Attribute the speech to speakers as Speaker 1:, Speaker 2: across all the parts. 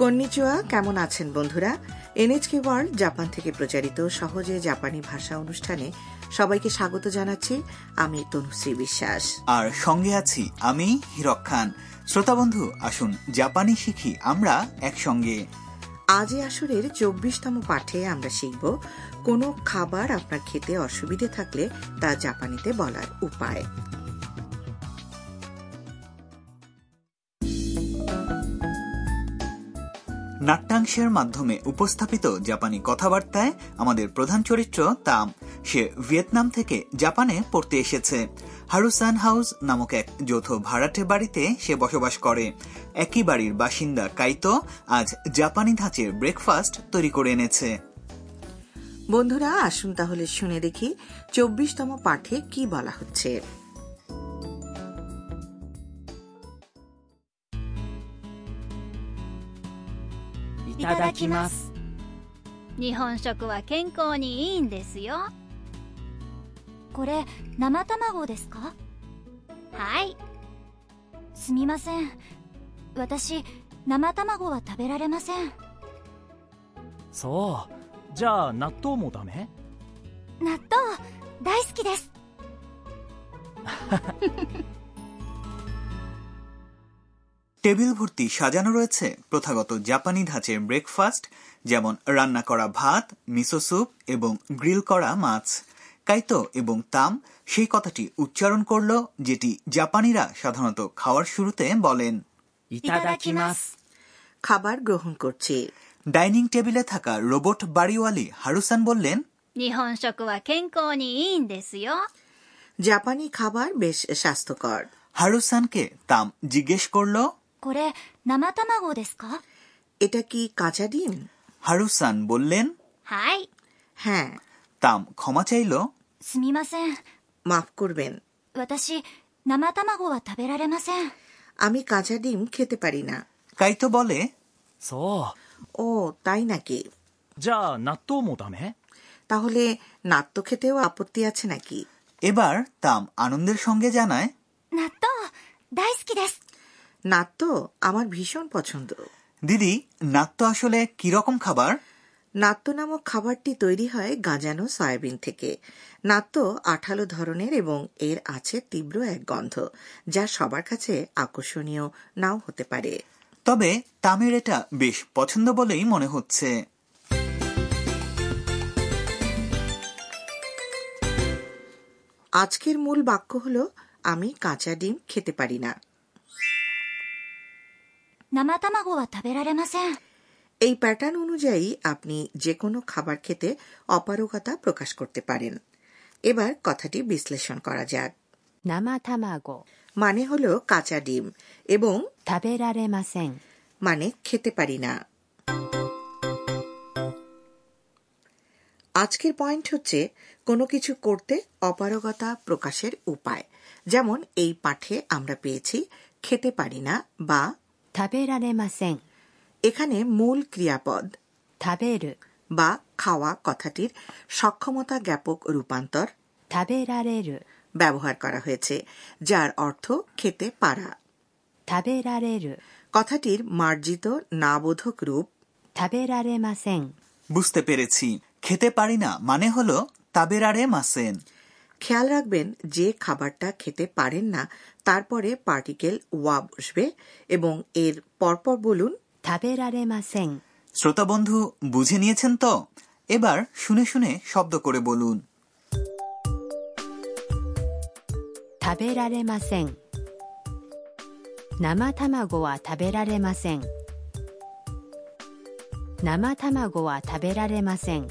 Speaker 1: কন্নিচুয়া কেমন আছেন বন্ধুরা এনএচকে ওয়ার্ল্ড জাপান থেকে প্রচারিত সহজে জাপানি ভাষা অনুষ্ঠানে সবাইকে স্বাগত জানাচ্ছি আমি তনুশ্রী বিশ্বাস
Speaker 2: আর সঙ্গে আছি আমি হিরক খান শ্রোতা বন্ধু আসুন জাপানি শিখি আমরা একসঙ্গে
Speaker 1: আজ এই আসরের চব্বিশতম পাঠে আমরা শিখব কোনো খাবার আপনার খেতে অসুবিধে থাকলে তা জাপানিতে বলার উপায়
Speaker 2: নাট্যাংশের মাধ্যমে উপস্থাপিত জাপানি কথাবার্তায় আমাদের প্রধান চরিত্র তাম সে ভিয়েতনাম থেকে জাপানে পড়তে এসেছে হারুসান হাউস নামক এক যৌথ ভাড়াটে বাড়িতে সে বসবাস করে একই বাড়ির বাসিন্দা কাইতো আজ জাপানি ধাঁচের ব্রেকফাস্ট তৈরি করে এনেছে
Speaker 1: বন্ধুরা আসুন তাহলে শুনে দেখি চব্বিশতম পাঠে কি বলা হচ্ছে
Speaker 3: い
Speaker 4: た
Speaker 3: た
Speaker 4: だ
Speaker 3: だ
Speaker 4: き
Speaker 3: き
Speaker 4: ま
Speaker 3: ます
Speaker 4: す日本食は健康にいいんですよ
Speaker 5: これ生卵ですか
Speaker 4: はい
Speaker 5: すみません私生卵は食べられません
Speaker 3: そうじゃあ納豆もダメ
Speaker 5: 納豆大好きです
Speaker 2: টেবিল ভর্তি সাজানো রয়েছে প্রথাগত জাপানি ধাঁচের ব্রেকফাস্ট যেমন রান্না করা ভাত মিসো স্যুপ এবং গ্রিল করা মাছ কাইতো এবং তাম সেই কথাটি উচ্চারণ করল যেটি জাপানিরা সাধারণত খাওয়ার শুরুতে বলেন
Speaker 3: い
Speaker 4: ただきます
Speaker 1: খাবার গ্রহণ করছি
Speaker 2: ডাইনিং টেবিলে থাকা রোবট বাড়িওয়ালি হারুসান বললেন
Speaker 4: 日本食は健康にいいんですよ
Speaker 1: জাপানি খাবার বেশ স্বাস্থ্যকর
Speaker 2: হারুসানকে তাম জিজ্ঞেস করল
Speaker 5: これ生卵ですか
Speaker 1: এটা কি কাঁচা ডিম
Speaker 2: হারুসান বললেন
Speaker 4: はい
Speaker 1: হ্যাঁ
Speaker 2: তাম ক্ষমা চাইল
Speaker 5: すみません
Speaker 1: মাফ করবেন
Speaker 5: 私生卵は食べられません
Speaker 1: আমি কাঁচা ডিম খেতে পারি না
Speaker 2: কাইতো বলে
Speaker 3: そ
Speaker 1: ও তাই নাকি
Speaker 3: うじゃあ納豆もダメ
Speaker 1: তাহলে নাত্য খেতেও আপত্তি আছে নাকি
Speaker 2: এবার তাম আনন্দের সঙ্গে জানায়
Speaker 5: 納豆大好きです
Speaker 1: নাত্য আমার ভীষণ পছন্দ
Speaker 2: দিদি নাত্য আসলে কিরকম খাবার
Speaker 1: নাত্য নামক খাবারটি তৈরি হয় গাঁজানো সয়াবিন থেকে নাত্য আঠালো ধরনের এবং এর আছে তীব্র এক গন্ধ যা সবার কাছে আকর্ষণীয় নাও হতে পারে
Speaker 2: তবে তামের এটা বেশ পছন্দ বলেই মনে হচ্ছে
Speaker 1: আজকের মূল বাক্য হলো আমি কাঁচা ডিম খেতে পারি না
Speaker 5: 生卵は食べられません
Speaker 1: এই প্যাটার্ন অনুযায়ী আপনি যে কোনো খাবার খেতে অপারগতা প্রকাশ করতে পারেন এবার কথাটি বিশ্লেষণ করা যাক
Speaker 6: 生卵
Speaker 1: মানে হলো কাঁচা ডিম এবং
Speaker 6: 食べられません
Speaker 1: মানে খেতে পারি না আজকের পয়েন্ট হচ্ছে কোনো কিছু করতে অপারগতা প্রকাশের উপায় যেমন এই পাঠে আমরা পেয়েছি খেতে পারি না বা
Speaker 6: 食べられません
Speaker 1: এখানে মূল ক্রিয়াপদ
Speaker 6: 食べる
Speaker 1: বা খাওয়া কথাটির সক্ষমতা জ্ঞাপক রূপান্তর
Speaker 6: 食べられる
Speaker 1: ব্যবহার করা হয়েছে যার অর্থ খেতে পারা
Speaker 6: 食べられる
Speaker 1: কথাটির মার্জিত নাবোধক রূপ
Speaker 6: 食べられません
Speaker 2: বুঝতে পেরেছি খেতে পারি না মানে হলো তাবেরারে মাসেন
Speaker 1: খেয়াল রাখবেন যে খাবারটা খেতে পারেন না তারপরে পার্টিকেল ওয়া বসবে এবং এর পরপর বলুন
Speaker 6: 食べられません
Speaker 2: শ্রোতা বন্ধু বুঝে নিয়েছেন তো এবার শুনে শুনে শব্দ করে বলুন
Speaker 6: 食べられません生卵は食べられません生卵は食べられません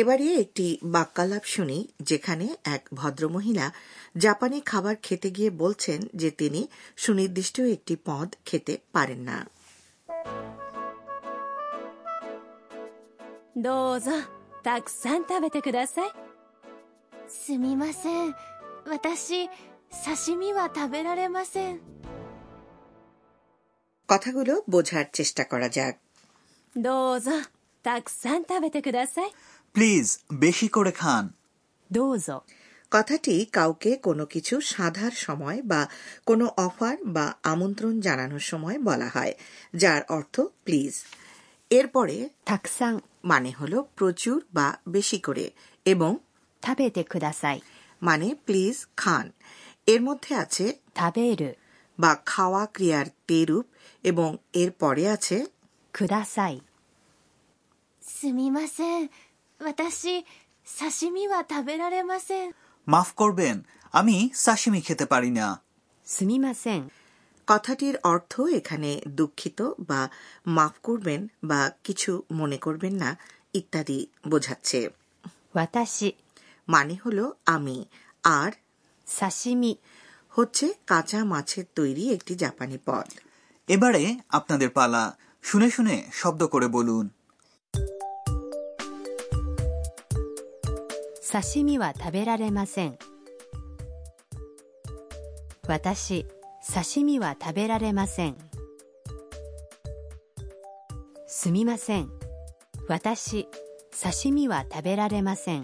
Speaker 1: এবারে একটি বাক্যালাপ শুনি যেখানে এক ভদ্রমহিলা জাপানি খাবার খেতে গিয়ে বলছেন যে তিনি সুনির্দিষ্ট একটি পদ খেতে পারেন না
Speaker 7: どうぞたくさん食べてください
Speaker 5: すみません私刺身は食べられません
Speaker 1: কথাগুলো বোঝার চেষ্টা করা যাক
Speaker 7: どうぞたくさん食べてください
Speaker 2: প্লিজ বেশি করে খান
Speaker 6: どうぞ
Speaker 1: কথাটি কাউকে কোনো কিছু সাধার সময় বা কোনো অফার বা আমন্ত্রণ জানানোর সময় বলা হয় যার অর্থ প্লিজ এরপরে
Speaker 6: たくさん
Speaker 1: মানে হলো প্রচুর বা বেশি করে এবং
Speaker 6: 食べてください
Speaker 1: মানে প্লিজ খান এর মধ্যে আছে
Speaker 6: 食べる
Speaker 1: বা খাওয়া ক্রিয়ার তেরূপ এবং এর পরে আছে
Speaker 6: ください
Speaker 5: すみません私刺身は食べられません
Speaker 2: মাফ করবেন আমি সাশিমি খেতে পারি না
Speaker 6: すみません
Speaker 1: কথাটির অর্থ এখানে দুঃখিত বা মাফ করবেন বা কিছু মনে করবেন না ইত্যাদি বোঝাচ্ছে
Speaker 6: 私
Speaker 1: মানে হলো আমি আর
Speaker 6: 刺身
Speaker 1: হচ্ছে কাঁচা মাছের তৈরি একটি জাপানি পদ
Speaker 2: এবারে আপনাদের পালা শুনে শুনে শব্দ করে বলুন
Speaker 6: 刺身は食べられません私刺身は食べられませんすみません私刺身は食べられません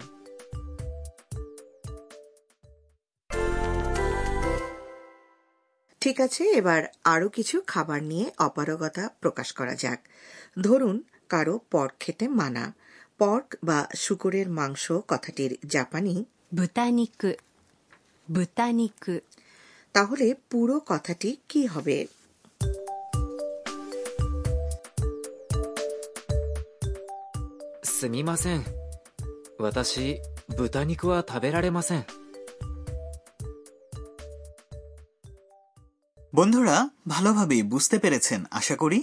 Speaker 1: ঠিক আছে এবার আরও কিছু খাবার নিয়ে অপারগতা প্রকাশ করা যাক ধরুন কারো পর্ক খেতে মানা পর্ক বা শুকুরের মাংস কথাটির জাপানি
Speaker 6: 豚肉豚肉
Speaker 1: তাহলে পুরো কথাটি কি হবে
Speaker 8: すみません私豚肉は食べられません
Speaker 2: বন্ধুরা ভালোভাবেই বুঝতে পেরেছেন আশা করি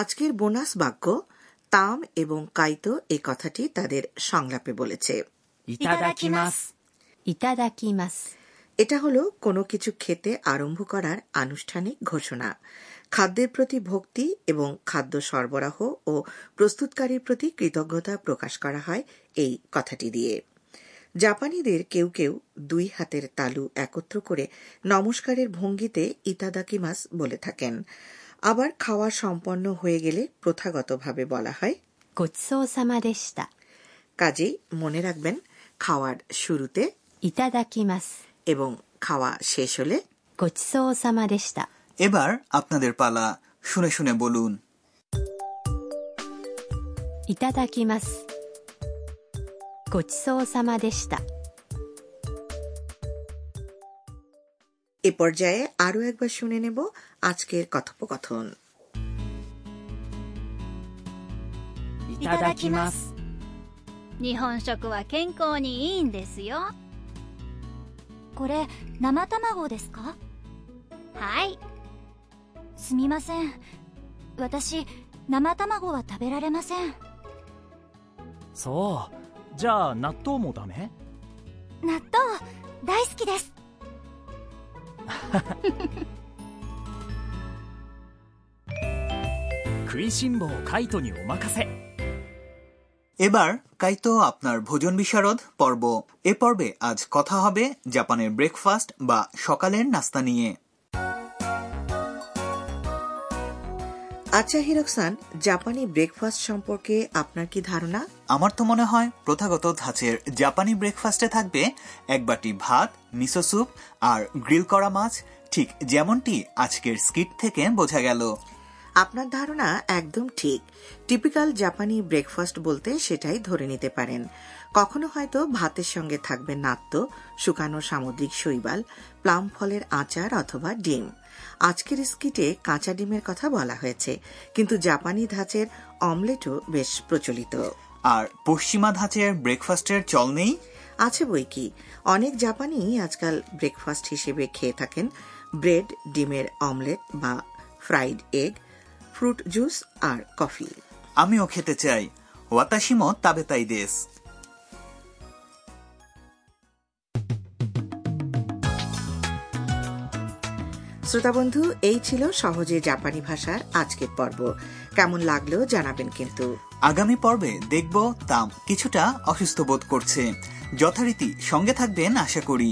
Speaker 1: আজকের বোনাস বাক্য তাম এবং কাইতো এ কথাটি তাদের সংলাপে বলেছে
Speaker 8: いただきます
Speaker 6: いただきます。
Speaker 1: এটা হলো কোনো কিছু খেতে আরম্ভ করার আনুষ্ঠানিক ঘোষণা খাদ্যের প্রতি ভক্তি এবং খাদ্য সরবরাহ ও প্রস্তুতকারীর প্রতি কৃতজ্ঞতা প্রকাশ করা হয় এই কথাটি দিয়ে জাপানিদের কেউ কেউ দুই হাতের তালু একত্র করে নমস্কারের ভঙ্গিতে ইতাদাকিমাস বলে থাকেন আবার খাওয়া সম্পন্ন হয়ে গেলে প্রথাগতভাবে বলা হয়
Speaker 6: ごちそうさまでした。
Speaker 1: কাজেই মনে রাখবেন খাওয়ার শুরুতে
Speaker 6: いただきます。
Speaker 1: এবং খাওয়া শেষ হলে
Speaker 6: ごちそうさまでした。
Speaker 2: এবার আপনাদের পালা শুনে শুনে বলুন
Speaker 6: いただきます。ごちそうさまでした。
Speaker 1: এ পর্যায়ে আরও একবার শুনে নেব আজকের কথোপকথন
Speaker 8: いただきます
Speaker 4: 日本食は健康にいいんですよは
Speaker 5: これ生卵ですか
Speaker 4: い
Speaker 5: すみません私生卵は食べられません
Speaker 3: そうじゃあ納豆もダメ
Speaker 5: 納豆大好きです
Speaker 3: 食いしん坊カイトにお任せ
Speaker 2: এবার কাইতো আপনার ভোজন বিশারদ পর্ব এ পর্বে আজ কথা হবে জাপানের ব্রেকফাস্ট বা সকালের নাস্তা নিয়ে
Speaker 1: আচ্ছা হিরকসান জাপানি ব্রেকফাস্ট সম্পর্কে আপনার কি ধারণা
Speaker 2: আমার তো মনে হয় প্রথাগত ধাঁচের জাপানি ব্রেকফাস্টে থাকবে এক বাটি ভাত মিসো স্যুপ আর গ্রিল করা মাছ ঠিক যেমনটি আজকের স্কিট থেকে বোঝা গেল
Speaker 1: আপনার ধারণা একদম ঠিক টিপিক্যাল জাপানি ব্রেকফাস্ট বলতে সেটাই ধরে নিতে পারেন কখনো হয়তো ভাতের সঙ্গে থাকবে নাত্য শুকানো সামুদ্রিক শৈবাল প্লাম ফলের আচার অথবা ডিম আজকের স্কিটে কাঁচা ডিমের কথা বলা হয়েছে কিন্তু জাপানি ধাঁচের অমলেটও বেশ প্রচলিত
Speaker 2: আর পশ্চিমা ধাঁচের ব্রেকফাস্টের চল নেই
Speaker 1: আছে বই কি অনেক জাপানি আজকাল ব্রেকফাস্ট হিসেবে খেয়ে থাকেন ব্রেড ডিমের অমলেট বা ফ্রাইড এগ ফ্রুট জুস আর কফি
Speaker 2: আমিও খেতে চাই ওয়াতাসিমো তাবেতাই দেশ
Speaker 1: শ্রোতা বন্ধু এই ছিল সহজে জাপানি ভাষার আজকের পর্ব কেমন লাগলো জানাবেন কিন্তু
Speaker 2: আগামী পর্বে দেখব তাম কিছুটা অসুস্থ বোধ করছে যথারীতি সঙ্গে থাকবেন আশা করি